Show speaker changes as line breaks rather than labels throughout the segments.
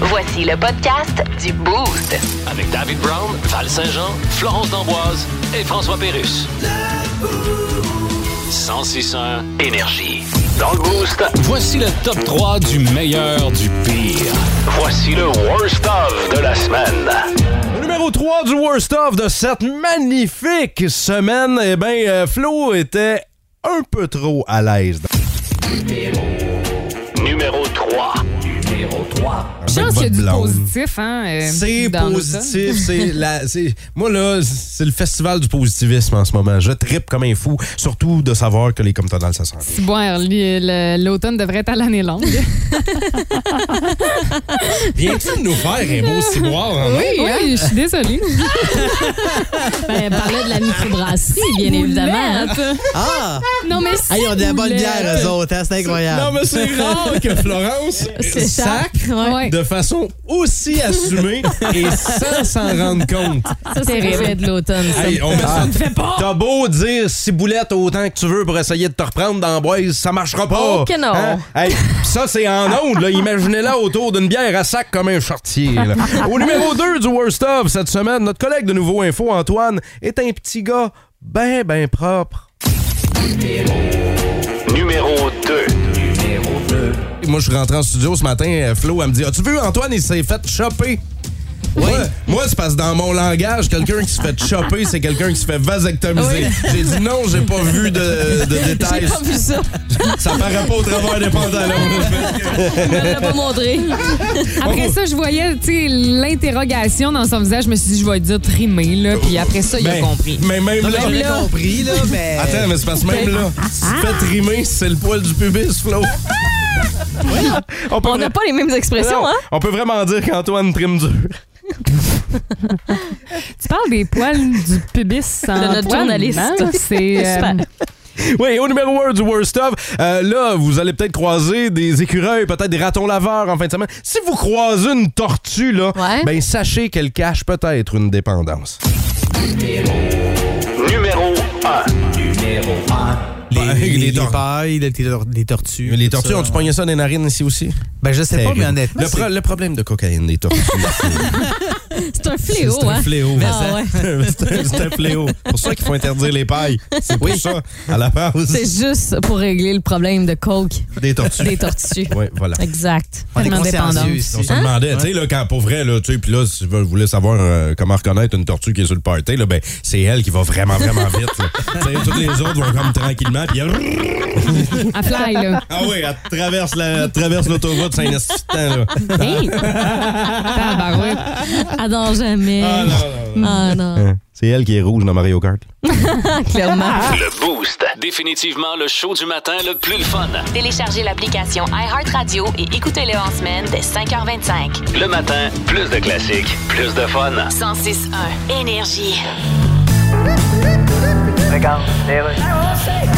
Voici le podcast du Boost.
Avec David Brown, Val Saint-Jean, Florence D'Amboise et François Pérus. 1061 Énergie. Dans le Boost, voici le top 3 du meilleur du pire. Voici le worst of de la semaine.
Le Numéro 3 du Worst of de cette magnifique semaine, eh bien, euh, Flo était un peu trop à l'aise.
Numéro 3.
Je pense
Avec
qu'il y a
votre
du
blonde.
positif, hein? euh,
C'est
dans l'automne.
positif. c'est la- c'est- moi, là, c'est le festival du positivisme en ce moment. Je trippe comme un fou, surtout de savoir que les comtodales, ça sent bien.
Si boire, lui, le- l'automne devrait être à l'année longue.
Viens-tu nous faire un beau ciboire? hein?
Oui, je suis désolée.
Ben, par là de la microbrasserie, bien évidemment. hein.
Ah!
Non, mais si.
Ah, ils ont de la bonne bière, eux autres, hein, c'est
Non,
incroyable.
mais c'est rare que Florence
C'est ça.
sac
Ouais.
de façon aussi assumée et sans s'en rendre compte.
Ça, c'est le fait de l'automne, ça. Ah.
Hey, on met ça- T'as beau dire ciboulette autant que tu veux pour essayer de te reprendre dans la boise, ça marchera pas. Hein?
Oh que non.
Hey, pis ça, c'est en onde. là. Imaginez-la autour d'une bière à sac comme un chartier. là. Au numéro 2 du Worst Of cette semaine, notre collègue de Nouveau Info, Antoine, est un petit gars ben, ben propre.
Numéro 2.
Et Moi, je suis rentré en studio ce matin, euh, Flo, elle me dit As-tu vu, Antoine, il s'est fait choper. Moi, moi, c'est parce que dans mon langage, quelqu'un qui se fait choper, c'est quelqu'un qui se fait vasectomiser. J'ai dit non, j'ai pas vu de, de détails.
Pas vu ça.
Ça paraît pas au travers des pantalons.
Il me l'a pas montré.
Après ça, je voyais tu sais, l'interrogation dans son visage. Je me suis dit, je vais dire trimé, là. Puis après ça, il a
Ben,
compris.
Mais même
Non, mais
là.
je l'ai compris, là, mais.
Attends, mais c'est parce que même là, si tu te fais trimer, c'est le poil du pubis, Flo. peut
On n'a
vra-
pas les mêmes expressions,
Non,
hein?
On peut vraiment dire qu'Antoine trime dur.
Tu parles des poils du pubis sans
De notre
poils,
journaliste.
hein? C'est. euh,
Super.
Oui, au numéro 1 du Worst Of, euh, là, vous allez peut-être croiser des écureuils, peut-être des ratons laveurs en fin de semaine. Si vous croisez une tortue, là,
Ouais.
ben sachez qu'elle cache peut-être une dépendance.
Numéro 1.
Ben, les
Les, les,
tor-
pailles, les, tor- les tortues.
Mais les
tout
tortues,
ça.
ont-tu pogné ça dans les narines ici aussi?
Ben, je sais pas, mais honnêtement.
Le, pro- le problème de cocaïne des tortues,
C'est un fléau, hein?
fléau.
Ah, ouais.
c'est un- c'est un fléau. C'est pour ça qu'il faut interdire les pailles. C'est pour ça, à la
C'est
base,
juste pour régler le problème de coke
des tortues.
des tortues.
Oui, voilà.
Exact.
On est
Tellement Hein? dépendant.
consciencieux
On
ici.
se demandait, tu sais, là, quand, pour vrai, là, tu sais, puis là, si vous voulez savoir euh, comment reconnaître une tortue qui est sur le party, là, ben, c'est elle qui va vraiment, vraiment vite, là. Tu sais, toutes les autres vont comme tranquillement, puis elle...
à fly, là.
Ah oui, elle traverse la- elle traverse l'autoroute, c'est un esti de temps, là.
Hey! Tabarouette.
Adore jamais.
Ah, non, non, non.
Ah non,
C'est elle qui est rouge dans Mario Kart.
clairement.
Le Boost. Définitivement le show du matin le plus le fun.
Téléchargez l'application iHeartRadio et écoutez-le en semaine dès 5h25.
Le matin, plus de classiques, plus de fun.
106.1 Énergie.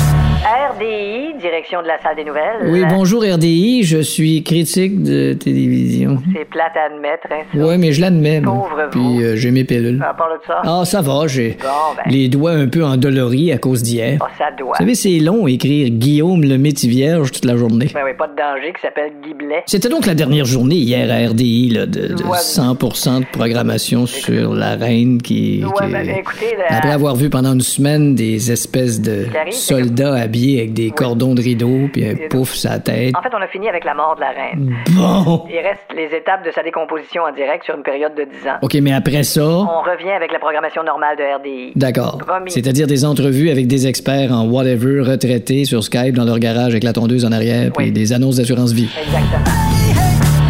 RDI, direction de la salle des nouvelles.
Oui, bonjour RDI, je suis critique de télévision.
C'est plate à admettre, hein, ça.
Ouais, mais je l'admets. moi.
Pauvre vous.
Puis euh, j'ai mes pilules.
À part de ça,
Ah, ça va, j'ai
Bon, ben.
les doigts un peu endoloris à cause d'hier.
oh, ça doit.
Vous savez, c'est long écrire Guillaume le métier vierge toute la journée.
Ben oui, pas de danger qui s'appelle Guy Blais.
C'était donc la dernière journée hier à RDI là, de, de
Ouais.
100% de programmation sur la reine qui...
Ouais,
qui-
ben, écoutez, là,
Après avoir vu pendant une semaine des espèces de
Clarice, c'est comme-
soldats habillés avec des cordons de rideau puis un pouf sa tête.
en fait, on a fini avec la mort de la reine.
Bon!
Il reste les étapes de sa décomposition en direct sur une période de 10 ans.
OK, mais après ça...
On revient avec la programmation normale de RDI.
D'accord.
Promis.
C'est-à-dire des entrevues avec des experts en whatever, retraités sur Skype dans leur garage avec la tondeuse en arrière, puis
Oui.
des annonces d'assurance vie.
Exactement.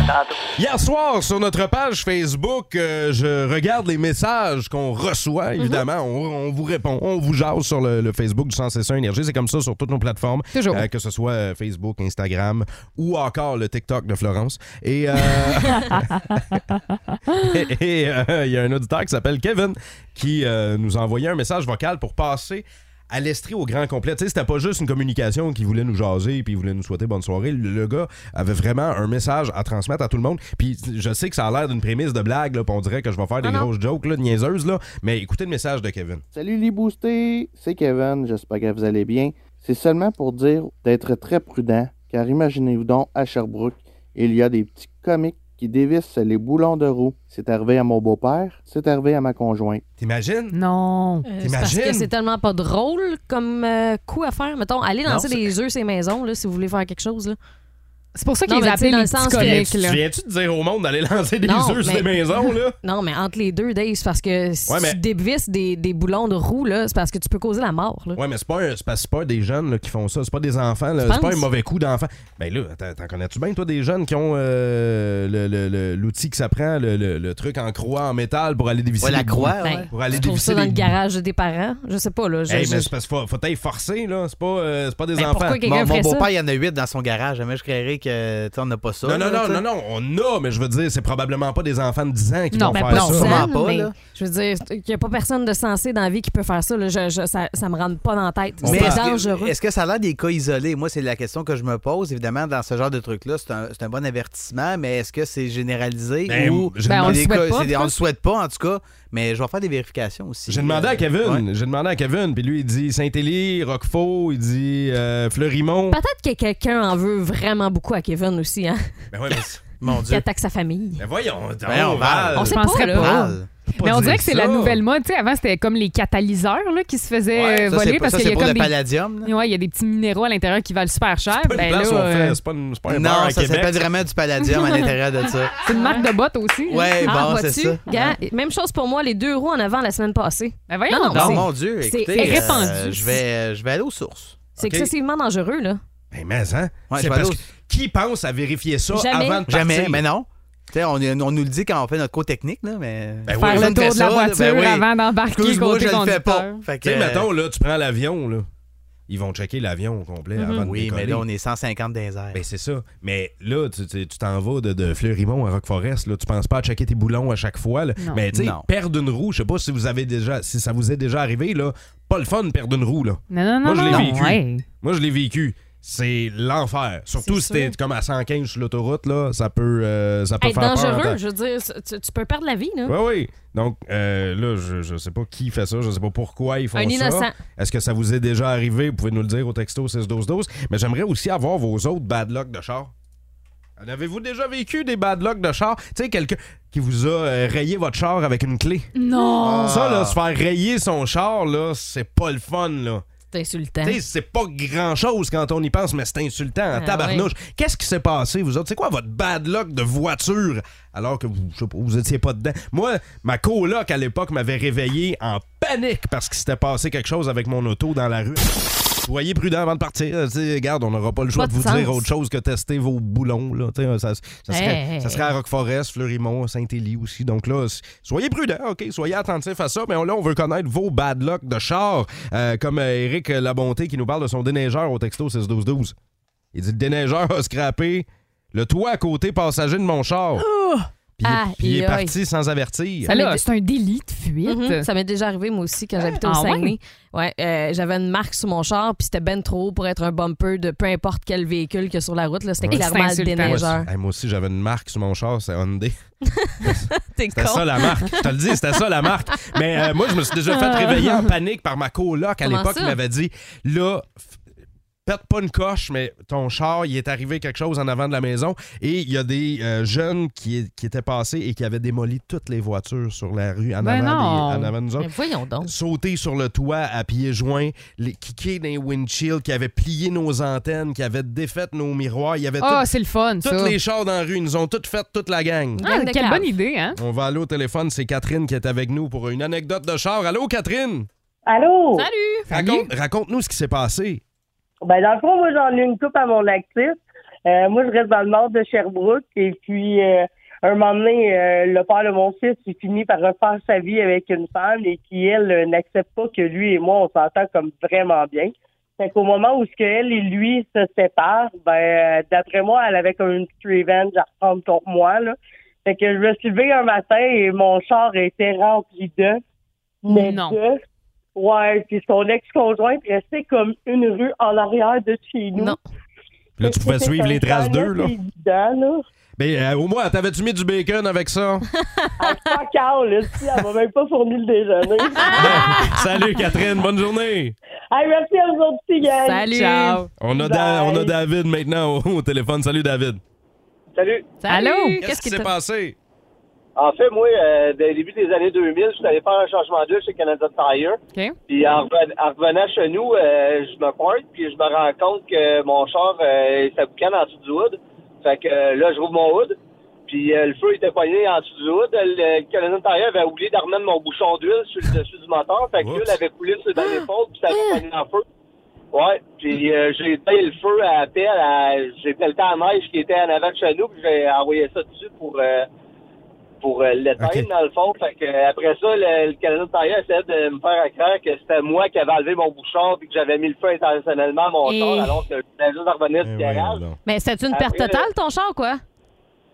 Tantôt.
Hier soir, sur notre page Facebook, euh, je regarde les messages qu'on reçoit, évidemment. on, on vous répond, on vous jase sur le, le Facebook du 161 Énergie. C'est comme ça sur toutes nos plateformes.
Toujours.
Euh, que ce soit euh, Facebook, Instagram ou encore le TikTok de Florence. Et euh, et, euh, il y a un auditeur qui s'appelle Kevin qui euh, nous a envoyé un message vocal pour passer à l'estrie au grand complet. Tu sais, c'était pas juste une communication qui voulait nous jaser puis il voulait nous souhaiter bonne soirée. Le, le gars avait vraiment un message à transmettre à tout le monde. Puis je sais que ça a l'air d'une prémisse de blague, là, puis on dirait que je vais faire
Ah
des grosses jokes, là, niaiseuses, là, mais écoutez le message de Kevin.
Salut les boostés, c'est Kevin, j'espère que vous allez bien. C'est seulement pour dire d'être très prudent, car imaginez-vous donc à Sherbrooke, il y a des petits comiques qui dévisse les boulons de roue. C'est arrivé à mon beau-père, c'est arrivé à ma conjointe.
T'imagines?
Non.
Euh, c'est parce
T'imagines?
que c'est tellement pas drôle comme euh, coup à faire. Mettons, allez lancer
Non,
des œufs ces maisons là, si vous voulez faire quelque chose. Là.
C'est pour ça
Non,
qu'ils les
mais tu sais,
appellent
dans
les
le sens
petits
que-
comiques,
Tu
là.
viens-tu de dire au monde d'aller lancer des
Non,
œufs sur
mais-
des maisons, là?
Non, mais entre les deux, Dave, c'est parce que si
Ouais, mais-
tu dévisses des, des boulons de roue, là, c'est parce que tu peux causer la mort. Là.
Ouais, mais c'est pas, un- c'est pas, c'est pas des jeunes là, qui font ça. C'est pas des enfants. là.
Tu
C'est pas
penses?
un mauvais coup d'enfant. Ben là, t'en- t'en connais-tu bien, toi, des jeunes qui ont euh, le- le- le- l'outil que ça prend, le, le- le truc en croix, en métal pour aller dévisser.
Ouais, la
les
croix,
Ben,
ouais.
bouts- Pour aller
Tu trouves
dévisser
ça dans
les
le
bouts.
garage des parents? Je sais pas, là. Je-
Hey,
je-
mais c'est parce qu'il faut, faut être forcé, là. C'est pas, euh, c'est pas des
Ben,
enfants.
pourquoi
Mon,
quelqu'un
mon
ferait ça?
beau-père, il y en a huit dans son garage. Jamais je créerais que, tu sais, on n'a pas ça.
Non, non,
là,
non,
tu
non,
sais.
non, on a, mais je veux dire, c'est probablement pas des enfants de 10 ans qui
Non,
vont
ben,
faire
pas
ça.
dix ans. sûrement pas,
mais
là.
Je veux dire, il n'y a pas personne de sensé dans la vie qui peut faire ça. là. Je- je- ça, ça me rentre pas dans la tête.
On
C'est
parle-
est-ce que-
dangereux.
Est-ce que ça a l'air des cas isolés? Moi, c'est la question que je me pose. Évidemment, dans ce genre de truc-là, c'est un, c'est un bon avertissement, mais est-ce que c'est généralisé
Ben,
ou.
j'ai
Il y a
on
demandé-
des
le souhaite
cas-
pas,
c'est des-
en
on
tout
le souhaite pas, en tout cas, mais je vais faire des vérifications aussi. euh,
J'ai demandé à Kevin.
Ouais.
J'ai demandé à Kevin. Puis lui, il dit Saint-Élie, Roquefort, il dit euh, Fleurimont.
Peut-être que quelqu'un en veut vraiment beaucoup à Kevin aussi, hein,
Ben ouais, mais, c'est-
Mon
qui
Dieu.
attaque sa famille.
ben voyons,
Ben, on parle.
On
Je
sait pas,
penserais
là.
pas.
Parle.
Mais on dirait que c'est la nouvelle
mode.
mode. Tu sais, avant, c'était comme les catalyseurs là, qui se faisaient euh,
Ouais, ça, c'est
voler
pour-
parce
ça,
qu'il y a
c'est pour
comme
le
des...
palladium. là.
Ouais, il y a des petits minéraux à l'intérieur qui valent super cher.
C'est pas une
Ben
place où
là,
on fait.
euh,
C'est pas, une- c'est pas un bar
Non,
à
ça s'appelle
Québec.
vraiment du palladium à l'intérieur de ça.
c'est une marque de bottes aussi. là.
Ouais,
Ah,
bon, c'est
vois-tu?
ça.
Gars, Même chose pour moi, les deux roues en avant la semaine passée.
Ben voyons
Non, non,
Non,
donc.
mon Dieu,
c'est-
écoutez,
c'est
euh,
répandu.
je, vais, euh, je vais aller aux sources.
C'est
Ok.
excessivement dangereux, là.
Ben, mais, hein? c'est
Ouais, je vais
parce
aller
que qui pense à vérifier ça
Jamais.
avant de partir?
Jamais, mais non. Tu sais, on, on nous le dit quand on fait notre cours technique, là, mais...
Ben oui.
Faire
Personne
le tour
fait
de la
ça, là,
voiture
ben oui.
avant d'embarquer
Excuse-moi,
côté
je le fais pas.
conducteur.
Fait que,
Tu sais,
euh,
mettons, là, tu prends l'avion, là. Ils vont checker l'avion au complet
Mm-hmm.
avant de
Oui,
décoller.
mais là, on est 150 dans les airs.
Ben, c'est ça. Mais là, tu tu- tu t'en vas de, de Fleurimont à Roqueforest. Là, tu penses pas à checker tes boulons à chaque fois. là.
Non.
Mais tu sais,
Non.
perdre une roue, je sais pas si vous avez déjà, si ça vous est déjà arrivé, là, pas le fun de perdre une roue. Là.
Non, non, non,
Moi, je l'ai
non,
vécu.
ouais.
Moi, je l'ai vécu. C'est l'enfer. Surtout
C'est
si t'es
sûr.
comme à 115 sur l'autoroute, là, ça peut, euh, ça peut
Être
faire peur en tant-
dangereux, je veux dire, c- tu, tu peux perdre la vie, là.
Oui, oui. Donc, euh, là, je, je sais pas qui fait ça, je sais pas pourquoi ils font
Un
ça.
innocent.
Est-ce que ça vous est déjà arrivé? Vous pouvez nous le dire au texto 6-12-12. Mais j'aimerais aussi avoir vos autres bad luck de char. En avez-vous déjà vécu des bad luck de char? Tu sais, quelqu'un qui vous a euh, rayé votre char avec une clé.
Non.
Ça, là, se faire rayer son char, là, c'est pas le fun, là.
C'est insultant.
Tu sais, c'est pas grand-chose quand on y pense, mais c'est insultant, en
Ah,
tabarnouche. Qu'est-ce qui s'est passé, vous autres? C'est quoi votre bad luck de voiture alors que vous, je sais pas, vous étiez pas dedans? Moi, ma coloc à l'époque m'avait réveillé en panique parce qu'il s'était passé quelque chose avec mon auto dans la rue. Soyez prudents avant de partir. Tu sais, regarde, on n'aura pas le choix
Pas
de
de
vous
sens.
dire autre chose que tester vos boulons. Là. Tu sais, Ça, ça serait,
Hey, hey,
ça serait à Roqueforest, Fleurimont, Saint-Élie aussi. Donc là, s- soyez prudents, OK? Soyez attentifs à ça. Mais on- là, on veut connaître vos bad luck de char. Euh, comme euh, Eric Labonté qui nous parle de son déneigeur au texto 61212. Il dit Le déneigeur a scrappé le toit à côté passager de mon char. Puis,
Aïe,
puis il est
Oh. aïe.
parti sans avertir.
Ça, là, c'est un délit de fuite.
Mhm. Ça m'est déjà arrivé, moi aussi, quand j'habitais au
Ah ouais?
Saguenay. Ouais, euh, j'avais une marque sur mon char, puis c'était ben trop haut pour être un bumper de peu importe quel véhicule que sur la route. là. C'était
Ouais.
clairement
C'est
le
insultant.
Moi aussi,
déneigeur.
hey, moi aussi, j'avais une marque sur mon char, c'est Hyundai.
T'es
C'était ça la marque. Je te le dis, c'était ça la marque. Mais euh, moi, je me suis déjà fait réveiller en panique par ma coloc à
Ah. Comment
l'époque
ça?
qui m'avait dit là, f- pète pas une coche, mais ton char, il est arrivé quelque chose en avant de la maison. Et il y a des euh, jeunes qui, qui étaient passés et qui avaient démoli toutes les voitures sur la rue en,
Ben
avant, des-
non.
en avant de nous
Mais
autres.
voyons donc.
Sauter sur le toit à pieds joints, les kicker dans les windshields, qui avaient plié nos antennes, qui avaient défait nos miroirs. Il y avait
Ah,
tout-
c'est le fun,
toutes
ça.
les chars dans la rue. Ils nous ont toutes faites, toute la gang.
Ah,
Gang de
quelle
cave.
bonne idée, hein?
On va aller au téléphone, c'est Catherine qui est avec nous pour une anecdote de char. Allô, Catherine?
Allô?
Salut!
Raconte- Raconte-nous ce qui s'est passé.
Ben, dans le fond, moi, j'en ai une coupe à mon actif. Euh, moi, je reste dans le nord de Sherbrooke. Et puis, euh, un moment donné, euh, le père de mon fils, il finit par refaire sa vie avec une femme et qui, elle, euh, n'accepte pas que lui et moi, on s'entend comme vraiment bien. Fait qu'au moment où ce que elle et lui se séparent, ben, euh, d'après moi, elle avait comme une petite revenge à reprendre pour moi, là. Fait que je me suis levée un matin et mon char était rempli d'œufs. Mais
Non.
d'œufs. Ouais, puis son ex-conjoint restait comme une rue en arrière de chez nous.
Non.
Là, tu pouvais
C'était
suivre les
comme
traces
ça,
d'eux, là.
c'est évident,
Ben, euh, au moins, t'avais-tu mis du bacon avec ça?
là. Ah, fuck out, là, si, elle m'a même pas fourni le déjeuner.
Salut, Catherine, bonne journée.
hey, merci à vous autres, petits gars.
Salut!
Ciao!
On a, Da-
Bye.
on a David maintenant au, au téléphone. Salut, David.
Salut.
Allô?
Qu'est-ce qui s'est passé?
En fait, moi, euh, dès le début des années 2000, je suis allé faire un changement d'huile chez Canada Tire.
OK.
Puis en, reven- en revenant chez nous, euh, je me pointe, puis je me rends compte que mon char, euh, ça boucane en dessous du hood. Fait que euh, là, je rouvre mon hood, puis euh, le feu était poigné en dessous du hood. Euh, Le le Canada Tire avait oublié d'armer mon bouchon d'huile sur le dessus du moteur. Fait que l'huile avait coulé sur dans l'épaule, puis ça avait poigné en feu. Ouais, puis euh, j'ai éteint le feu à la pelle, à- j'ai pelleté à la neige qui était en avant de chez nous, puis j'ai envoyé ça dessus pour... euh, pour euh, l'éteindre, dans le fond. Fait que, euh, après ça, le, le Canada Tire essayait de me faire à croire que c'était moi qui avais enlevé mon bouchon puis que j'avais mis le feu intentionnellement à mon
Et-
char alors que je venais juste de revenir du garage.
Mais c'était une perte
Après,
totale, ton char, quoi?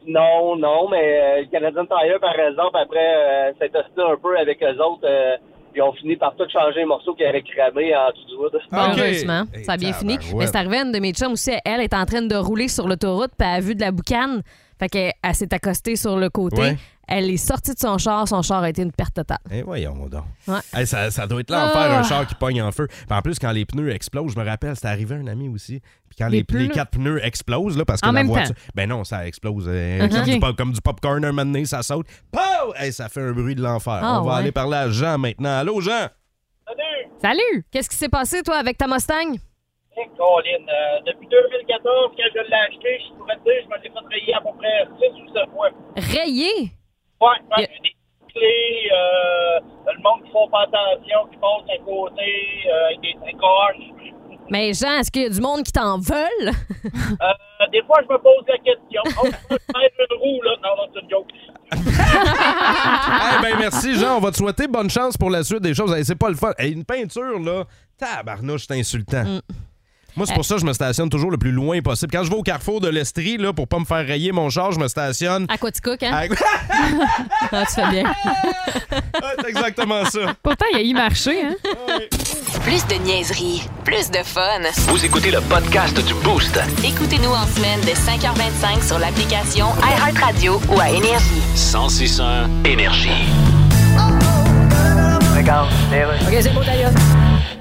Non, non, mais euh, le Canadian Tire, par exemple, après euh, s'être ostiné un peu avec eux autres, euh, ils ont fini par tout changer les morceaux qui avaient cramé en dessous du wood.
Ah,
Bon, heureusement, ça a bien fini. Mais c'est arrivé à une de mes chums aussi. Elle est en train de rouler sur l'autoroute, puis elle a vu de la boucane. Fait qu'elle elle s'est accostée sur le côté.
Ouais.
Elle est sortie de son char. Son char a été une perte totale.
Eh voyons donc.
Ouais.
Eh, ça, ça doit être
Ah.
l'enfer, un char qui pogne en feu. Puis en plus, quand les pneus explosent, je me rappelle, c'est arrivé à un ami aussi. Puis quand
Les
les, les
pneus?
quatre pneus explosent, là, parce que
En
la
même
voiture.
temps.
Ben non, ça explose. euh,
Ok.
comme, du pop- comme du popcorn, un moment donné, ça saute. Pow! Eh, ça fait un bruit de l'enfer.
Ah,
On va
ouais.
aller parler à Jean maintenant. Allô, Jean?
Salut! Qu'est-ce qui s'est passé, toi, avec ta Mustang?
Colin, euh, depuis 2014, quand je l'ai acheté, je pourrais te dire, je me l'ai fait rayer à peu près 6 ou 7 fois.
Rayé?
Ouais, ouais, des clés, euh, le monde qui font pas attention, qui passe à côté, euh, avec des tricoches.
Mais Jean, est-ce qu'il y a du monde qui t'en veulent?
Euh, des fois, je me pose la question. Oh, je peux faire une roue, là. Non, non, c'est une joke.
Ah!
Eh ben merci, Jean. On va te souhaiter bonne chance pour la suite des choses. Eh, c'est pas le fun. Eh, une peinture, là, tabarnouche, c'est insultant.
Mm.
Moi, c'est pour ça que je me stationne toujours le plus loin possible. Quand je vais au carrefour de l'Estrie, là, pour pas me faire rayer mon char, je me stationne.
À quoi tu cook, hein?
Ah, tu fais bien.
C'est exactement ça.
Pourtant, il a y marché, hein?
Plus de niaiserie, plus de fun.
Vous écoutez le podcast du Boost.
Écoutez-nous en semaine de 5h25 sur l'application iHeartRadio ou à Énergie.
1061 Énergie.
Regarde, OK, c'est bon, d'ailleurs.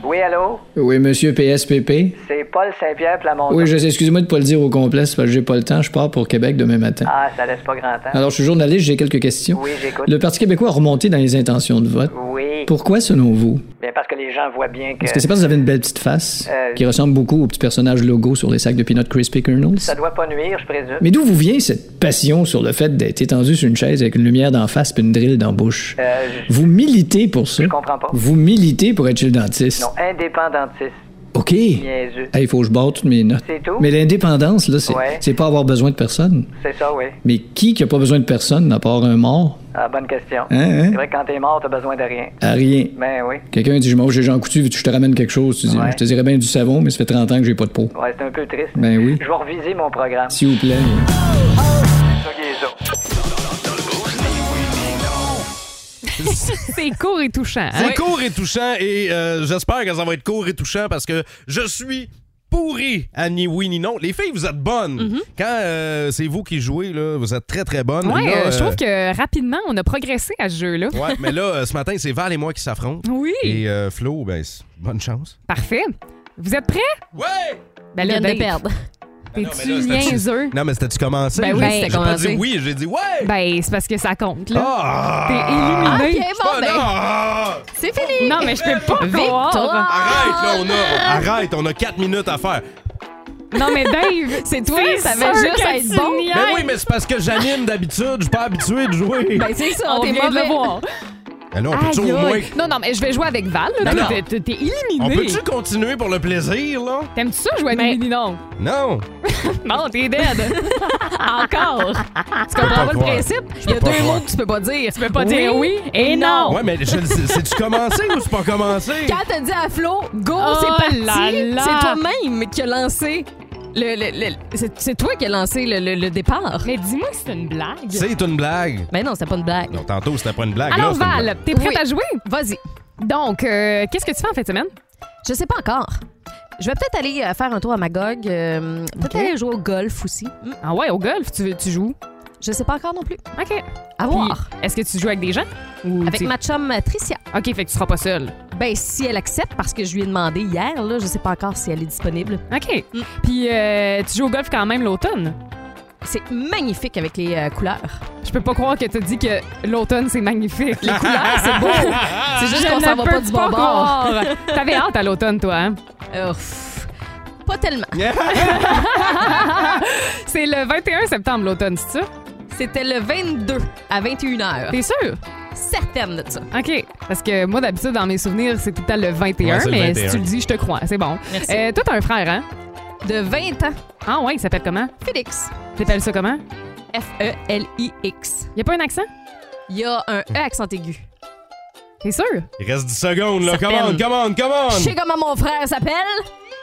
Oui, allô?
Oui, monsieur PSPP.
C'est Paul Saint-Pierre Plamondon.
Oui, je sais, excusez-moi de pas le dire au complet, c'est parce que j'ai pas le temps. Je pars pour Québec demain matin.
Ah, ça laisse pas grand temps.
Alors, je suis journaliste, j'ai quelques questions.
Oui, j'écoute.
Le Parti québécois a remonté dans les intentions de vote.
Oui.
Pourquoi, selon vous?
Bien, parce que les gens voient bien que...
Est-ce que c'est parce que vous avez une belle petite face
Euh,
qui ressemble beaucoup au petit personnage logo sur les sacs de peanut crispy kernels?
Ça doit pas nuire, je présume.
Mais d'où vous vient cette passion sur le fait d'être étendu sur une chaise avec une lumière d'en face puis une drille d'en bouche?
Euh, je-
Vous militez pour ça?
Je comprends pas.
Vous militez pour être chez le dentiste?
Non, indépendantiste.
OK.
Niaiseux.
Il faut que je barre toutes mes notes.
C'est tout?
Mais l'indépendance, là, c'est
Ouais.
c'est pas avoir besoin de personne.
C'est ça, oui.
Mais qui qui a pas besoin de personne à part un mort?
Ah, bonne question.
Hein, hein?
C'est vrai que quand t'es mort, t'as besoin de rien.
À rien.
Ben oui.
Quelqu'un dit, moi, j'ai Jean Coutu, veux-tu que je te ramène quelque chose. Tu dis,
Ouais.
je te dirais bien du savon, mais ça fait 30 ans que j'ai pas de peau.
Ouais, c'est un peu triste.
Ben oui.
Je vais reviser mon programme.
S'il vous plaît.
C'est court et touchant. hein?
C'est court et touchant et euh, j'espère que ça va être court et touchant parce que je suis pourri à ni oui ni non. Les filles, vous êtes bonnes.
Mhm.
Quand euh, c'est vous qui jouez, là, vous êtes très très bonnes.
Ouais,
Là,
euh, je
euh,
trouve que rapidement, on a progressé à ce jeu-là.
Ouais, mais là, euh, ce matin, c'est Val et moi qui s'affrontent.
Oui.
Et euh, Flo, ben, c'est- bonne chance.
Parfait. Vous êtes prêts?
Ouais! Ben
Ben
Ils
là,
viennent de
Dave,
perdre.
T'es-tu
là, c'était-tu-
niaiseux?
Non, mais c'était-tu commencé?
Ben oui,
J'ai-
c'était
J'ai pas
commencé.
dit oui, j'ai dit ouais!
Ben, c'est parce que ça compte, là.
Ah!
T'es éliminé.
Ok, bon, ben,
Ah!
c'est fini.
Non, mais je peux pas croire.
Arrête, là, on a... Arrête, on a 4 minutes à faire.
Non, mais ben, Dave,
C'est toi,
c'est
ça avait
sûr
juste
que
à être
tu
bon.
niaises.
Ben oui, mais c'est parce que j'anime d'habitude, je suis pas habitué de jouer.
Ben, c'est ça,
on
t'es
vient de
mauvais.
le voir.
Ben là, on peut-tu
Aïe,
au moins...
aïe. Non, non, mais je vais jouer avec Val. là.
Non, non.
T'es- T'es t'es
On
éliminé.
peut-tu continuer pour le plaisir, là?
T'aimes-tu ça jouer à mais... non?
Non!
Non, t'es dead. Encore. Tu comprends pas
pas
le
croire.
principe?
Je
Il y a
peux pas
deux
croire.
mots que tu peux pas dire. Tu peux
pas dire oui et non.
Ouais, mais je le sais- c'est-tu commencé ou c'est pas commencé?
Quand t'as dit à Flo, go,
Oh
c'est parti,
là là.
c'est toi-même qui a lancé le. le- le- c'est, c'est toi qui a lancé le, le- le départ.
Mais dis-moi que c'est une blague.
C'est une blague.
Mais non, c'est pas une blague.
Non, tantôt, c'était pas une blague.
Alors,
là, c'était une blague.
Val, t'es prête
Oui.
à jouer?
Vas-y.
Donc, euh, qu'est-ce que tu fais en fin de semaine?
Je sais pas encore. Je vais peut-être aller euh, faire un tour à Magog. euh, peut-être aller jouer au golf aussi. Mm,
Ah ouais, au golf, tu, tu joues?
Je sais pas encore non plus.
OK.
À
Puis,
voir.
Est-ce que tu joues avec des gens? Ou
Avec
tu-
ma chum euh, Tricia.
OK, fait que tu seras pas seul.
Ben, si elle accepte, parce que je lui ai demandé hier, là, je sais pas encore si elle est disponible. Mm.
OK. Puis, euh, tu joues au golf quand même l'automne?
C'est magnifique avec les euh, couleurs.
Je peux pas croire que t'as dit que l'automne, c'est magnifique. Les couleurs, c'est beau.
C'est juste qu'on
ne
s'en va
peux
pas du bon bord.
croire. T'avais hâte à l'automne, toi, hein?
Ouf. Pas tellement.
c'est le 21 septembre, l'automne, c'est ça?
C'était le 22 à 21h.
T'es sûr?
Certaine de ça.
OK. Parce que moi, d'habitude, dans mes souvenirs, c'est tout le temps le 21,
Ouais, c'est le
mais
21.
si tu le dis, je te crois. C'est bon.
Merci.
Euh, toi, t'as un frère, hein?
De 20 ans.
Ah ouais, il s'appelle comment?
Félix. E
T'appelles ça comment?
F-E-L-I-X.
Y a pas un accent?
Il y a un E accent aigu.
T'es sûr?
Il reste 10 secondes, là. Come on,
Certaine.
come on, come
Je
on.
sais comment mon frère s'appelle.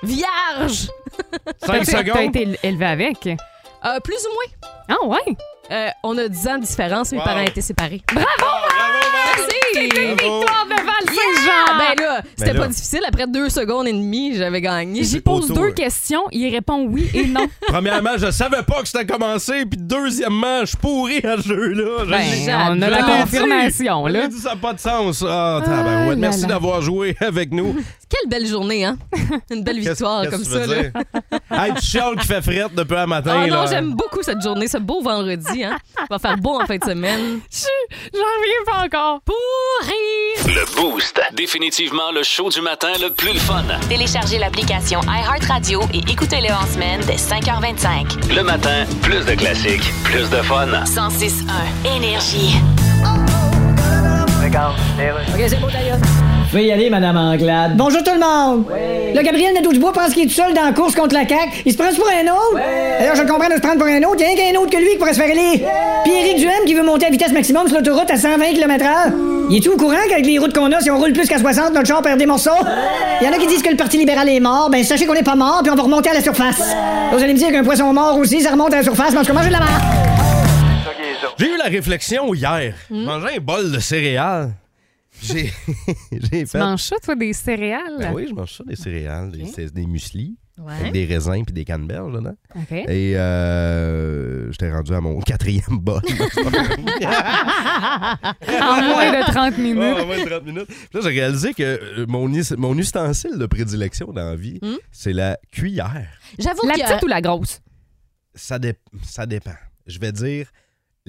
Vierge.
Cinq
T'as-
secondes.
T'as été élevé avec.
Euh, plus ou moins.
Ah ouais?
Euh, on a 10 ans de différence. Mes
Wow.
parents étaient séparés.
Bravo! C'est une victoire de Val Saint-Jean!
Yeah! Ben là, c'était
là-
pas difficile. Après deux secondes et demie, j'avais gagné.
J'y pose deux questions, il répond oui et non.
Premièrement, je savais pas que c'était commencé, puis deuxièmement, je suis pourri à ce jeu-là. Je
Ben,
l'ai-
on a la
Je l'ai dit.
confirmation, là.
Je l'ai dit, ça n'a pas de sens. Ah, tabarouette.
là
Merci
là.
d'avoir joué avec nous.
Quelle belle journée, hein? Une belle victoire
Qu'est-ce
comme
que tu veux
ça. là.
dire? Hey, tu chiales qui fait frette depuis un matin.
Ah non,
là.
j'aime beaucoup cette journée, ce beau vendredi. Hein? Va faire beau en fin de semaine.
J'en reviens pas encore.
Pourri!
Le Boost. Définitivement le show du matin le plus le fun.
Téléchargez l'application iHeartRadio et écoutez-le en semaine dès 5h25.
Le matin, plus de classiques, plus de fun.
106.1 Énergie.
OK, c'est beau d'ailleurs.
Veuillez y aller, Madame Anglade. Bonjour tout le monde! Le Gabriel Nadeau-Dubois pense qu'il est tout seul dans la course contre la CAQ. Il se prend pour un autre? D'ailleurs, je le comprends de se prendre pour un autre. Il y a rien qu'un autre que lui qui pourrait se faire élire. Puis Éric Duhem qui veut monter à vitesse maximum sur l'autoroute à 120 km/h. Il est-tu au courant qu'avec les routes qu'on a, si on roule plus qu'à 60, notre char perd des morceaux? Il y en a qui disent que le Parti libéral est mort. Ben, sachez qu'on n'est pas mort, puis on va remonter à la surface. Là, Vous allez me dire qu'un poisson mort aussi, ça remonte à la surface. Mais en tout cas, moi, j'ai de la marre.
J'ai eu la réflexion hier.
Hmm?
Je mangeais un bol de céréales. J'ai j'ai
Tu
fait.
manges ça, toi, des céréales?
Ben oui, je mange ça, des céréales, des, c'est des mueslis,
Ouais.
avec des raisins puis des canneberges dedans.
OK.
Et euh, j'étais rendu à mon quatrième bol.
Ah,
En moins de 30 minutes.
Ouais, en moins de 30 minutes. Puis là, j'ai réalisé que euh, mon, is- mon ustensile de prédilection dans la vie,
Hmm?
c'est la cuillère.
J'avoue
La
que-
petite ou la grosse?
Ça, dé- ça dépend. Je vais dire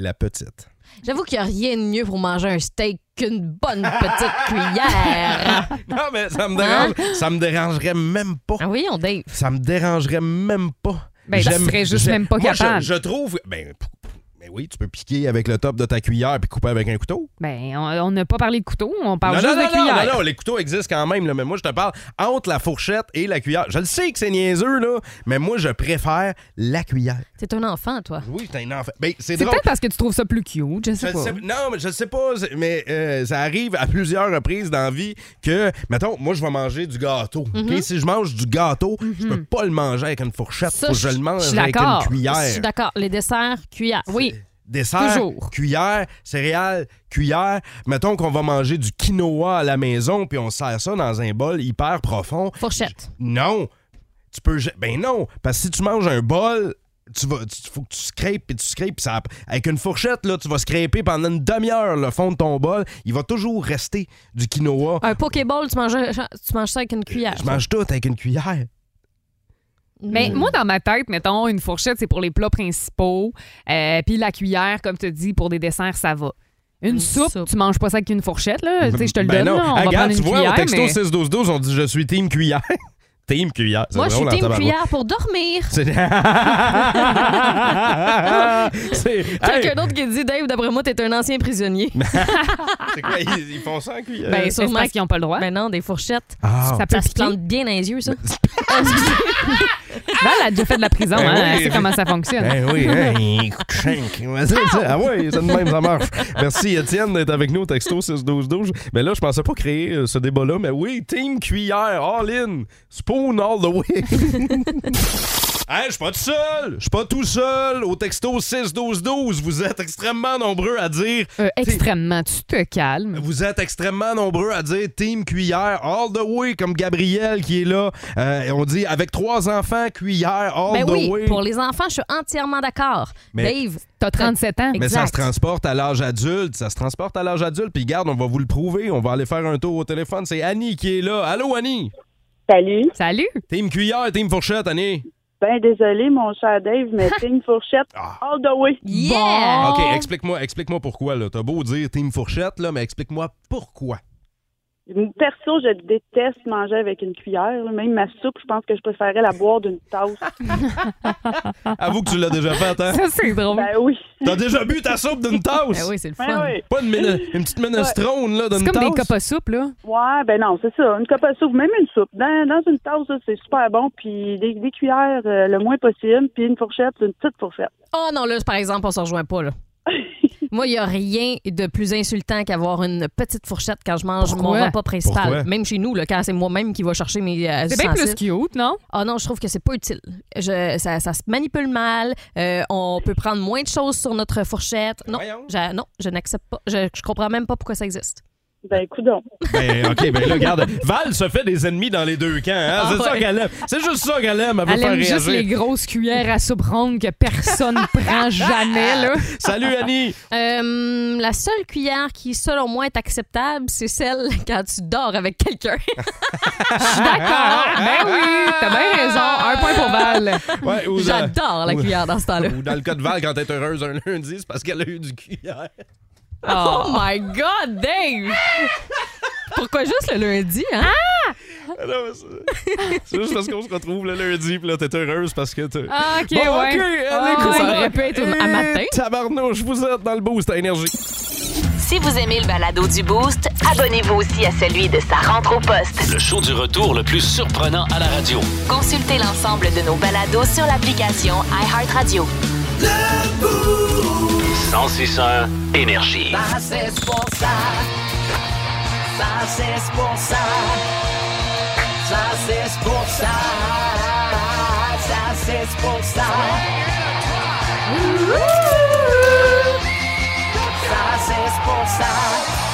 la petite.
J'avoue qu'il n'y a rien de mieux pour manger un steak qu'une bonne petite cuillère.
Ah.
Non, mais ça me dérange.
Hein?
Ça me dérangerait même pas.
Ah oui, on Dave.
Ça me dérangerait même pas.
Ben, tu
J'aime-
serais juste
j'ai-
même pas
moi, je-
capable.
Je, trouve. Ben, p- p- ben oui, tu peux piquer avec le top de ta cuillère puis couper avec un couteau.
Ben, on on n'a pas parlé de couteau, on parle
non,
juste
non,
de
non, non,
cuillère.
non, non, les couteaux existent quand même, là, mais moi, je te parle entre la fourchette et la cuillère. Je le sais que c'est niaiseux, là, mais moi, je préfère la cuillère.
T'es un enfant, toi.
Oui, t'es un enfant. Ben, c'est
C'est
drôle.
peut-être parce que tu trouves ça plus cute, je
Je
sais
le
pas.
sais- non, mais je le sais pas, c'est- mais euh, ça arrive à plusieurs reprises dans la vie que, mettons, moi, je vais manger du gâteau.
Mhm.
OK? Si je mange du gâteau, je peux pas le manger avec une fourchette.
Ça,
faut que je
je-
le mange
je suis
avec une
d'accord.
cuillère.
Je suis d'accord. Les desserts, cuillère. Oui.
Dessert,
Toujours.
cuillère, céréales, cuillère. Mettons qu'on va manger du quinoa à la maison, puis on sert ça dans un bol hyper profond.
Fourchette.
Non. Tu peux. je- Ben non. Parce que si tu manges un bol. Tu vas, tu- faut que tu scrapes puis tu scrapes. puis Ça, avec une fourchette, là, tu vas scraper pendant une demi-heure le fond de ton bol. Il va toujours rester du
Ah,
quinoa.
Un Pokéball, tu manges, tu manges ça avec une cuillère.
Je mange tout avec une cuillère.
Mais moi, dans ma tête, mettons, une fourchette, c'est pour les plats principaux. euh, Puis la cuillère, comme tu dis, pour des desserts, ça va. Une, soupe, tu manges pas ça avec une fourchette, là. Tu sais, je te le
Ben
donne. là,
non.
on
Hey,
va
regarde,
prendre
tu
une
vois,
cuillère,
au texto
mais-
6-12-12, on dit je suis team cuillère. team cuillère. C'est
Moi, je suis
drôle en
team
tabarouette.
cuillère pour dormir.
C'est- C'est
Quelqu'un
Hey!
d'autre qui dit Dave, d'après moi, t'es un ancien prisonnier.
C'est quoi, ils, ils font ça euh? en cuillère?
Ben,
c'est parce qu'ils
n'ont pas le droit. Ben non, des fourchettes.
Ah.
Ça,
Ça
peut
se
piquer.
plante bien dans les yeux, ça.
Val a déjà fait de la prison,
Ben
hein.
oui,
elle sait
oui.
comment ça fonctionne.
Ben oui, hein, il coûte cinq. Ouais, c'est ça. Ah oui, c'est de même, ça marche. Merci Étienne d'être avec nous au texto 6-12-12. Mais Ben là, je pensais pas créer euh, ce débat-là, mais oui, team cuillère, all in, spoon all the way. Hey, je suis pas tout seul! Je suis pas tout seul! Au texto 6-12-12, vous êtes extrêmement nombreux à dire
Euh, extrêmement, tu te calmes.
Vous êtes extrêmement nombreux à dire Team Cuillère all the way, comme Gabriel qui est là. Euh, on dit avec trois enfants, Cuillère all
Ben
the
oui,
way.
pour les enfants, je suis entièrement d'accord.
Oh, Mais-
Dave,
t'as 37 ans.
Mais ça se transporte à l'âge adulte, ça se transporte à l'âge adulte. Puis garde, on va vous le prouver, on va aller faire un tour au téléphone. C'est Annie qui est là. Allô, Annie?
Salut.
Salut.
Team Cuillère, Team Fourchette, Annie?
Ben désolé, mon cher Dave, mais Team Fourchette all the way.
OK, explique-moi explique pourquoi. là. T'as beau dire Team Fourchette, là, mais explique-moi pourquoi.
Perso, je déteste manger avec une cuillère. là. Même ma soupe, je pense que je préférais la boire d'une tasse.
Avoue que tu l'as déjà fait, hein?
c'est drôle. Ben oui.
T'as déjà bu ta soupe d'une tasse?
Ben oui, c'est le fun. Ben oui.
Pas une, mine- une petite minestrone, là, d'une tasse?
soupes, là. Ouais, ben non, c'est ça. Une cope à soupe, même une soupe. Dans, dans une tasse, là, c'est super bon. Puis des, des cuillères euh, le moins possible. Puis une fourchette, une petite fourchette.
Oh non, là, par exemple, on se rejoint pas, là. Moi, il n'y a rien de plus insultant qu'avoir une petite fourchette quand je mange
Pourquoi?
mon repas principal.
Pourquoi?
Même chez nous, là, quand c'est moi-même qui va chercher mes. euh,
C'est bien plus
ustensiles.
cute, non?
Ah non, je trouve que c'est pas utile. Je- ça, ça se manipule mal. euh, on peut prendre moins de choses sur notre fourchette. Non, je, non, je n'accepte pas. Je, je comprends même pas pourquoi ça existe.
Ben, coudon.
Ben, OK, ben là, regarde. Val se fait des ennemis dans les deux camps. Hein?
Ah
c'est ça
ouais.
qu'elle aime. C'est juste ça qu'elle aime. Elle veut
Elle
faire
aime juste
réagir.
les grosses cuillères à soupe ronde que personne prend jamais, là.
Salut, Annie.
Euh, la seule cuillère qui, selon moi, est acceptable, c'est celle quand tu dors avec quelqu'un.
Je suis d'accord. Ben oui, t'as bien raison. Un point pour Val.
Ouais, ou dans-
J'adore la
ou-
cuillère dans ce temps-là.
Ou dans le cas de Val, quand t'es heureuse un lundi, c'est parce qu'elle a eu du cuillère.
Oh, my God, Dave! Pourquoi juste le lundi, hein?
Ah! Non, mais c'est- C'est juste parce qu'on se retrouve le lundi, puis là, t'es heureuse parce que t'es.
Ah, OK,
Bon,
ouais.
OK,
Ah,
allez,
ça
cool.
aurait pu être un- un
Et
matin.
Tabarnouche, vous êtes dans le boost à énergie.
Si vous aimez le balado du Boost, abonnez-vous aussi à celui de sa rentre au poste.
Le show du retour le plus surprenant à la radio.
Consultez l'ensemble de nos balados sur l'application iHeartRadio.
1061 Énergie.
Ça, c'est pour ça. Ça, c'est pour ça. Ça, c'est pour ça. Ça, c'est pour ça. Ça, c'est pour ça.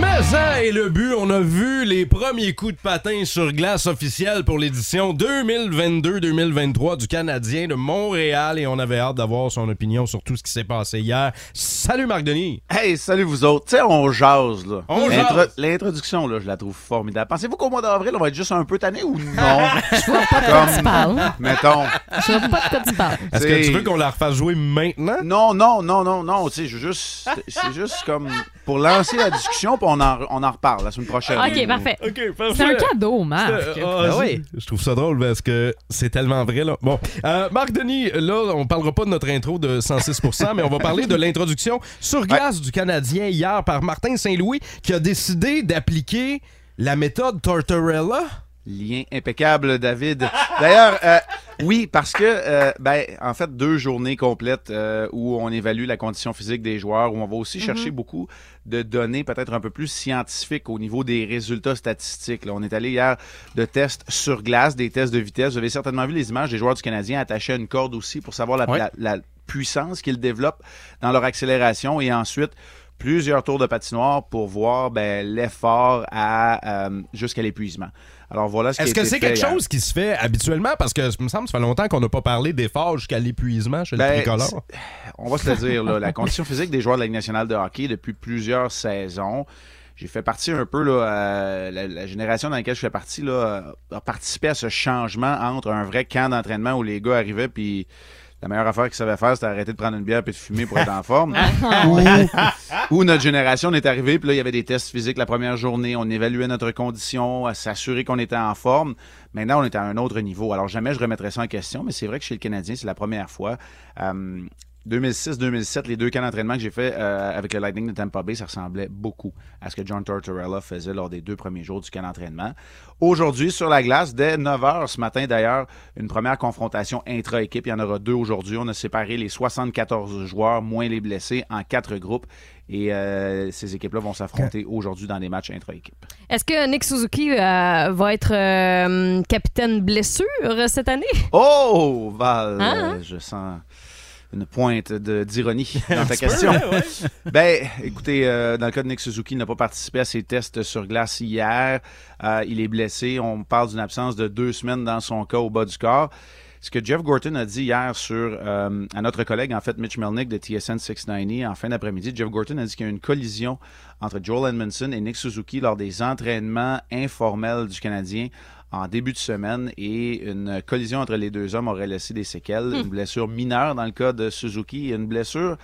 Mais ça est le but, on a vu les premiers coups de patin sur glace officielle pour l'édition 2022-2023 du Canadien de Montréal et on avait hâte d'avoir son opinion sur tout ce qui s'est passé hier. Salut Marc Denis!
Hey, salut vous autres. Tu sais, on jase, là.
On
L'intro-
jase.
L'introduction, là, je la trouve formidable. Pensez-vous qu'au mois d'avril, on va être juste un peu tanné ou non?
Je vois pas de quoi
Comme,
tu parles.
mettons.
Je vois pas de quoi tu parles.
Est-ce que tu veux qu'on la refasse jouer maintenant?
Non, non, non, non, non. Tu sais, je veux juste, c'est juste comme pour lancer la discussion, puis on en, on en reparle la semaine prochaine.
OK, parfait. C'est un
parfait.
cadeau, Marc.
Euh, ah,
oui.
Je trouve ça drôle parce que c'est tellement vrai. Là. Bon, Euh, Marc Denis, là, on parlera pas de notre intro de 106 mais on va parler de l'introduction sur glace du Canadien hier par Martin Saint-Louis qui a décidé d'appliquer la méthode Tortorella.
Lien impeccable, David. D'ailleurs, euh, oui, parce que, euh, ben, en fait, deux journées complètes euh, où on évalue la condition physique des joueurs, où on va aussi
Mm-hmm.
Mhm.
chercher beaucoup de données peut-être un peu plus scientifiques au niveau des résultats statistiques. là. On est allé hier de tests sur glace, des tests de vitesse. Vous avez certainement vu les images des joueurs du Canadien attachés à une corde aussi pour savoir la,
Ouais.
la- la puissance qu'ils développent dans leur accélération et ensuite plusieurs tours de patinoire pour voir ben, l'effort à euh, jusqu'à l'épuisement. Alors voilà ce qui a
Est-ce que
été
c'est
fait
quelque
hier.
chose qui se fait habituellement? Parce que, il me semble, ça fait longtemps qu'on n'a pas parlé d'efforts jusqu'à l'épuisement chez
Ben,
le tricolore.
c'est- On va se le dire, là, la condition physique des joueurs de la Ligue nationale de hockey depuis plusieurs saisons. J'ai fait partie un peu, là, à la, la génération dans laquelle je fais partie, là, euh, a participé à ce changement entre un vrai camp d'entraînement où les gars arrivaient puis la meilleure affaire qu'ils savaient faire, c'était arrêter de prendre une bière puis de fumer pour être en forme.
Ah,
Ah.
Ben,
où notre génération est arrivée, puis là, il y avait des tests physiques la première journée, on évaluait notre condition, à s'assurer qu'on était en forme. Maintenant, on est à un autre niveau. Alors, jamais je remettrai ça en question, mais c'est vrai que chez le Canadien, c'est la première fois. Euh, 2006-2007, les deux camps d'entraînement que j'ai fait euh, avec le Lightning de Tampa Bay, ça ressemblait beaucoup à ce que John Tortorella faisait lors des deux premiers jours du camp d'entraînement. Aujourd'hui, sur la glace, dès 9h ce matin d'ailleurs, une première confrontation intra-équipe. Il y en aura deux aujourd'hui. On a séparé les 74 joueurs, moins les blessés, en quatre groupes. Et euh, ces équipes-là vont s'affronter aujourd'hui dans des matchs intra-équipe.
Est-ce que Nick Suzuki euh, va être euh, capitaine blessure euh, cette année?
Oh, Val,
Hein,
euh,
hein?
je sens une pointe de- d'ironie dans
Un
ta
petit peu,
question.
ouais,
Ben, écoutez, euh, dans le cas de Nick Suzuki, il n'a pas participé à ses tests sur glace hier. Euh, il est blessé. On parle d'une absence de deux semaines dans son cas au bas du corps. Ce que Jeff Gorton a dit hier sur euh, à notre collègue, en fait, Mitch Melnick de TSN 690, en fin d'après-midi, Jeff Gorton a dit qu'il y a eu une collision entre Joel Edmondson et Nick Suzuki lors des entraînements informels du Canadien en début de semaine et une collision entre les deux hommes aurait laissé des
Hmm.
séquelles, une blessure mineure dans le cas de Suzuki et une blessure,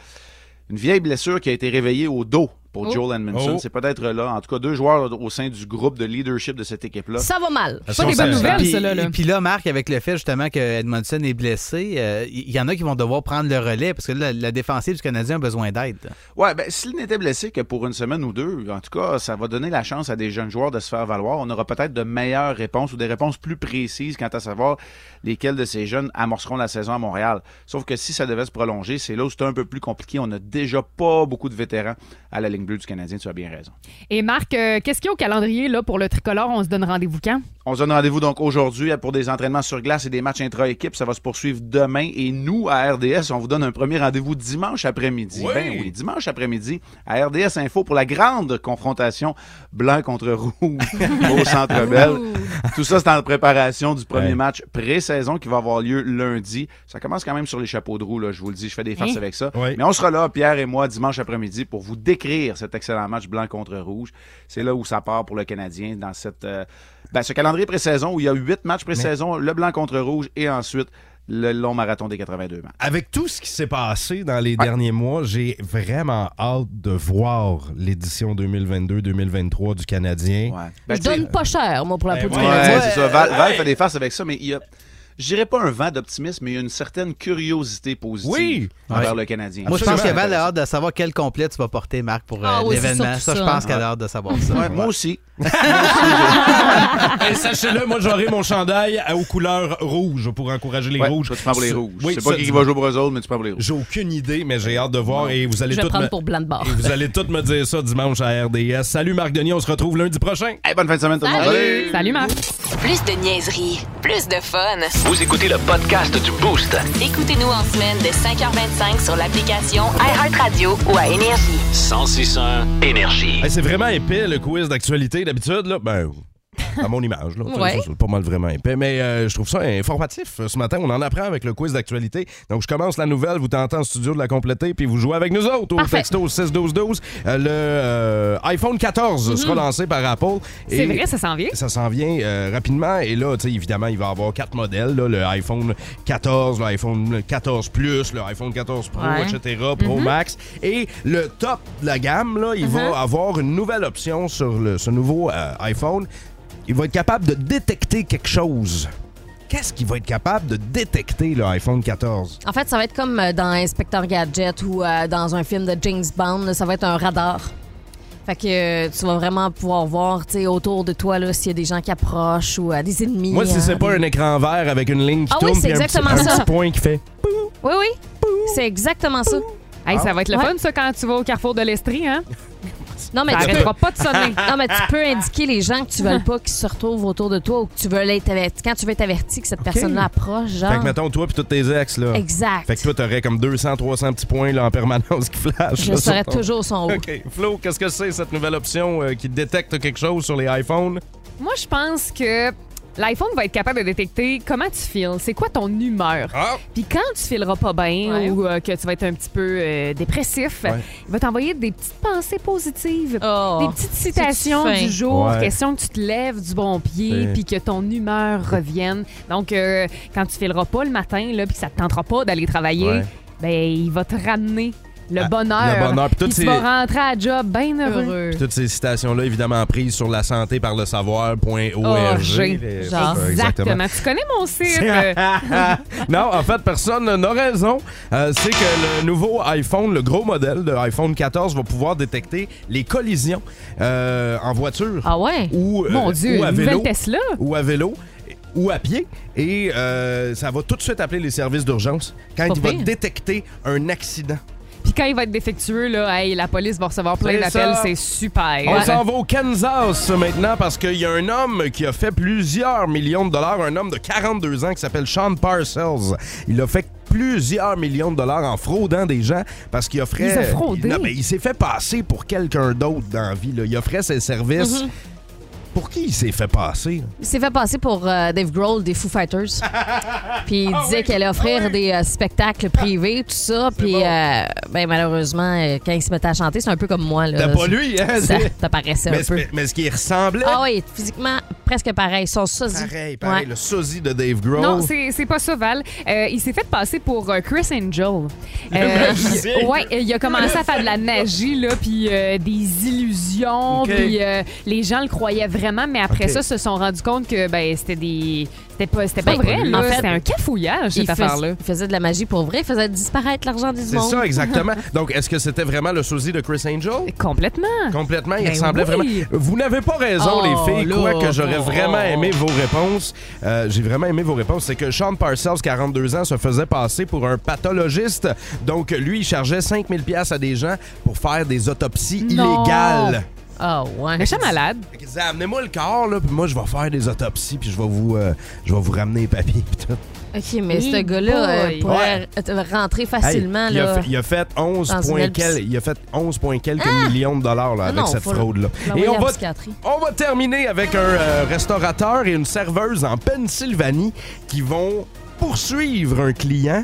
une vieille blessure qui a été réveillée au dos pour
Oh.
Joel Edmondson.
Oh.
C'est peut-être là, en tout cas, deux joueurs au sein du groupe de leadership de cette équipe-là.
Ça va mal.
Puis- Puis là, Marc, avec le fait justement que Edmondson est blessé, euh, il y, y en a qui vont devoir prendre le relais parce que là, la défensive du Canadien a besoin d'aide.
Ouais, ben, s'il n'était blessé que pour une semaine ou deux, en tout cas, ça va donner la chance à des jeunes joueurs de se faire valoir. On aura peut-être de meilleures réponses ou des réponses plus précises quant à savoir lesquels de ces jeunes amorceront la saison à Montréal. Sauf que si ça devait se prolonger, c'est là où c'est un peu plus compliqué. On n'a déjà pas beaucoup de vétérans à la ligne bleue du Canadien, tu as bien raison.
Et Marc, euh, qu'est-ce qu'il y a au calendrier là, pour le tricolore? On se donne rendez-vous quand?
On se donne rendez-vous donc aujourd'hui pour des entraînements sur glace et des matchs intra-équipe. Ça va se poursuivre demain. Et nous, à RDS, on vous donne un premier rendez-vous dimanche après-midi.
Oui.
Ben oui, dimanche après-midi à RDS Info pour la grande confrontation blanc contre rouge au Centre Bell. Tout ça, c'est en préparation du premier match pré-saison qui va avoir lieu lundi. Ça commence quand même sur les chapeaux de roue, là, je vous le dis. Je fais des farces
Hein?
avec ça. Mais on sera là, Pierre et moi, dimanche après-midi pour vous décrire cet excellent match blanc contre rouge. C'est là où ça part pour le Canadien dans cette, euh, ben, ce calendrier pré-saison où il y a huit matchs pré-saison, le blanc contre rouge et ensuite le long marathon des 82 matchs.
Avec tout ce qui s'est passé dans les derniers mois, j'ai vraiment hâte de voir l'édition 2022-2023 du Canadien.
Ben,
Je donne pas cher, moi, pour la
Ben
peau du
ouais,
Canadien.
Ouais, c'est ça. Val, Val fait des farces avec ça, mais il y a. Je dirais pas un vent d'optimisme, mais il y a une certaine curiosité positive
Oui.
envers
Ouais.
le Canadien.
Moi, je pense qu'elle a hâte de savoir quel complet tu vas porter, Marc, pour euh,
Ah oui, c'est
l'événement.
surtout
Ça, je
ça.
pense qu'elle a hâte de savoir ça.
Ouais, Moi aussi.
Et Eh, sachez-le, moi j'aurai mon chandail à- aux couleurs rouges pour encourager les
Ouais,
rouges.
toi, tu prends pour les
Ce-
rouges.
Oui,
Je sais pas
ça,
qui va jouer pour eux autres, mais tu prends pour les rouges.
J'ai aucune idée, mais j'ai hâte de voir et vous allez
Je vais
toutes
prendre
me-
pour blanc de bord.
et vous allez toutes me dire ça dimanche à RDS. Salut Marc Denis, on se retrouve lundi prochain.
bonne fin de semaine tout le monde. Salut.
Salut, Marc.
Plus de niaiserie, plus de fun.
Vous écoutez le podcast du Boost.
Écoutez-nous en semaine de 5h25 sur l'application iHeartRadio ou à Énergie.
1061 Énergie.
Hey, c'est vraiment épais le quiz d'actualité d'habitude là, ben à mon image là, Tu sais,
Ouais.
ça, c'est pas mal vraiment épais, mais euh, je trouve ça informatif. Euh, Ce matin, on en apprend avec le quiz d'actualité. Donc je commence la nouvelle, vous tentez en studio de la compléter puis vous jouez avec nous autres au
Parfait.
texto au 6 12 12. Euh, le euh, iPhone 14 sera
Mhm.
lancé par Apple
C'est
et-
vrai, ça s'en vient.
Ça s'en vient euh, rapidement. Et là, tu sais, évidemment, il va y avoir quatre modèles là, le iPhone 14, le iPhone 14 Plus, le iPhone 14 Pro,
Ouais.
etc., Pro
Mhm.
Max. Et le top de la gamme, là, il va
Uh-huh.
avoir une nouvelle option sur le- ce nouveau euh, iPhone. Il va être capable de détecter quelque chose. Qu'est-ce qu'il va être capable de détecter, le iPhone 14?
En fait, ça va être comme euh, dans Inspecteur Gadget ou euh, dans un film de James Bond. là, Ça va être un radar. Fait que euh, tu vas vraiment pouvoir voir tu sais, autour de toi là, s'il y a des gens qui approchent ou euh, des ennemis.
Moi, si
euh,
c'est pas un écran vert avec une ligne qui
Ah oui,
tourne
c'est
puis un petit-
exactement
un
ça.
petit point qui fait.
Oui, oui. C'est exactement ça.
Hey, ça va être le
Ouais.
fun, ça, quand tu vas au carrefour de l'Estrie, hein?
Non, mais
Ça
tu
arrêtera
peux-
pas de sonner.
Non, mais tu peux indiquer les gens que tu veux pas qui se retrouvent autour de toi ou que tu veux être averti. Quand tu veux être averti que cette personne-là approche, genre.
Fait que mettons toi puis tous tes ex là.
Ah. Exact.
Fait que toi t'aurais comme 200 300 petits points là en permanence qui flashent.
Je
là, sur
serais
ton-
toujours son haut.
OK, Flo, qu'est-ce que c'est cette nouvelle option euh, qui détecte quelque chose sur les iPhones
Moi, je pense que l'iPhone va être capable de détecter comment tu files, c'est quoi ton humeur. Puis quand tu fileras pas bien ou euh, que tu vas être un petit peu euh, dépressif,
Ouais.
il va t'envoyer des petites pensées positives, des petites
c'est
citations
Oh, fin.
du jour,
Ouais.
question que tu te lèves du bon pied
C'est-
puis que ton humeur revienne. Donc, euh, quand tu fileras pas le matin là, puis que ça te tentera pas d'aller travailler,
Ouais.
ben il va te ramener le
Ah,
bonheur.
le bonheur. Puis toutes
Puis tu
ces-
vas rentrer à job bien heureux.
Puis toutes ces citations là évidemment prises sur la santé par le savoir.org. Les-
Oh, Genre.
Euh,
Exactement. Tu connais mon site. Euh,
non, en fait, personne n'a raison. Euh, c'est que le nouveau iPhone, le gros modèle de iPhone 14, va pouvoir détecter les collisions euh, en voiture.
Ah ouais?
Ou, euh,
Mon Dieu,
ou à
une
vélo.
nouvelle Tesla.
Ou à vélo. Ou à pied. Et euh, ça va tout de suite appeler les services d'urgence quand
Pas
il va
pire.
détecter un accident.
Puis quand il va être défectueux, là, hey, la police va recevoir plein
C'est
d'appels.
ça.
C'est super.
On s'en va au Kansas maintenant parce qu'il y a un homme qui a fait plusieurs millions de dollars, un homme de 42 ans qui s'appelle Sean Parcells. Il a fait plusieurs millions de dollars en fraudant des gens parce qu'il offrait...
Il les a fraudés?
Mm-hmm.
Non, mais il s'est fait passer pour quelqu'un d'autre dans la vie. là. Il offrait ses services. Pour qui il s'est fait passer? là?
Il s'est fait passer pour euh, Dave Grohl des Foo Fighters.
Ah
puis il disait qu'il allait offrir des euh, spectacles privés, tout ça. Puis euh, ben, malheureusement, euh, quand il se mettait à chanter, c'est un peu comme moi. là.
T'as pas lui,
Ça,
hein? c'est-
ça paraissait
mais,
un peu.
mais- mais ce qui ressemblait,
Ah oui, physiquement, presque pareil. Son sosie.
pareil, pareil,
Ouais.
le sosie de Dave Grohl.
Non, c'est c'est pas ça, Val. Euh, il s'est fait passer pour euh, Chris Angel. Euh,
magicien.
il- ouais, il a commencé à faire de la magie, là, puis euh, des illusions,
OK.
puis euh, les gens le croyaient vraiment, mais après
OK.
ça, se sont rendus compte que ben c'était des... C'était pas, c'était pas
Ben,
vrai, là.
en fait,
c'était un cafouillage, Ah, cette
il fais-
affaire-là.
Il faisait de la magie pour vrai. Il faisait disparaître l'argent du
C'est
monde.
ça, exactement. Donc, est-ce que c'était vraiment le sosie de Chris Angel?
Complètement.
Complètement, il
Ben
ressemblait
oui.
vraiment. Vous n'avez pas raison,
Oh,
les filles,
là,
quoique j'aurais
oh.
vraiment aimé vos réponses. Euh, J'ai vraiment aimé vos réponses. C'est que Sean Parcells, 42 ans, se faisait passer pour un pathologiste. Donc, lui, il chargeait 5000 pièces à des gens pour faire des autopsies
Non.
illégales.
Ah ouais.
Mais je suis malade.
Fait qu'il disait, amenez-moi le corps, là, puis moi, je vais faire des autopsies, puis je vais vous, euh, je vais vous ramener les papiers, puis tout.
OK, mais
Hey
ce gars-là
boy.
euh, pourrait r- rentrer facilement.
Hey, il,
là.
a fait, il a fait 11
dans une
points
alp-
quel- il a fait 11 points quelques millions de dollars là,
Ah
avec
non,
cette
faut le-
fraude-là.
l'envoyer
Et
à
on
la
va,
psychiatrie.
on va terminer avec un euh, restaurateur et une serveuse en Pennsylvanie qui vont poursuivre un client.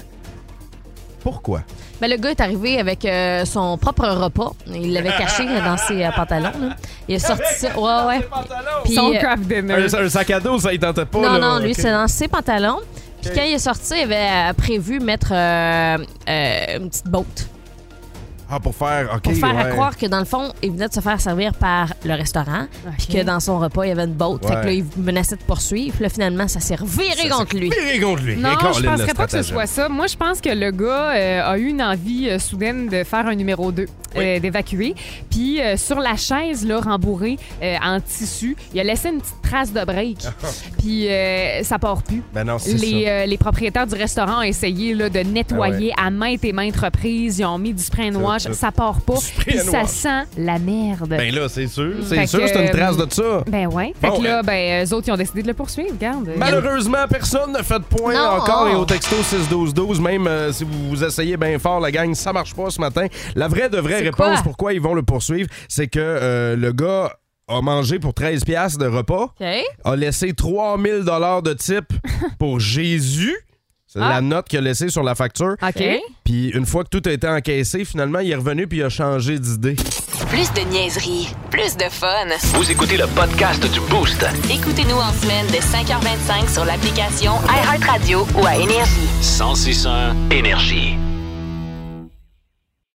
Pourquoi?
Mais Ben, le gars est arrivé avec euh, son propre repas. Il l'avait caché dans ses euh, pantalons. là. Il a sorti ça. Ouais, ouais. Puis,
Son
euh,
craft dinner.
Un, un sac à dos, ça, il tentait pas.
non,
là.
non, lui,
Ok.
c'est dans ses pantalons. Puis
Ok.
quand il est sorti, il avait euh, prévu mettre euh, euh, une petite botte
Ah, pour faire. OK.
pour faire à
ouais.
croire que, dans le fond, il venait de se faire servir par le restaurant. Puis que dans son repas, il y avait une botte. Fait que
Ouais.
là, il menaçait de poursuivre. Puis là, finalement, ça s'est reviré contre lui.
Viré contre lui.
Non,
Et Colin,
je
le
penserais pas que ce
stratagème.
soit ça. Moi, je pense que le gars euh, a eu une envie euh, soudaine de faire un numéro 2, d'évacuer. Puis euh, sur la chaise, là, rembourrée euh, en tissu, il a laissé une petite trace de break. Puis euh, ça part plus.
Ah. Ben non, c'est
Les,
ça. Ah
euh, les propriétaires du restaurant ont essayé là, de nettoyer à maintes et maintes reprises. Ils ont mis du spray and
Tout,
wash.
tout.
Ça part pas.
Du spray
Puis
and
ça
wash.
sent la merde.
Ben là, c'est sûr.
Mm.
Fait
C'est sûr,
que,
c'est une trace
euh,
de ça.
Ben ouais. Fait
Bon, hein.
que là, ben, eux autres, ils ont décidé de le poursuivre. Regarde.
Malheureusement, personne n'a fait de point
Non.
encore. Et au texto 6-12-12, même euh, si vous vous essayez bien fort, la gang, ça marche pas ce matin. La vraie de vraie
C'est
réponse,
quoi?
pourquoi ils vont le poursuivre, c'est que euh, le gars a mangé pour 13 pièces de repas,
OK.
a laissé 3000 dollars de type pour Jésus. C'est
Ah.
la note qu'il a laissée sur la facture.
OK.
Puis une fois que tout a été encaissé, finalement, il est revenu puis il a changé d'idée.
Plus de niaiserie, plus de fun.
Vous écoutez le podcast du Boost.
Écoutez-nous en semaine de 5h25 sur l'application iHeartRadio ou à Énergie.
1061 Énergie.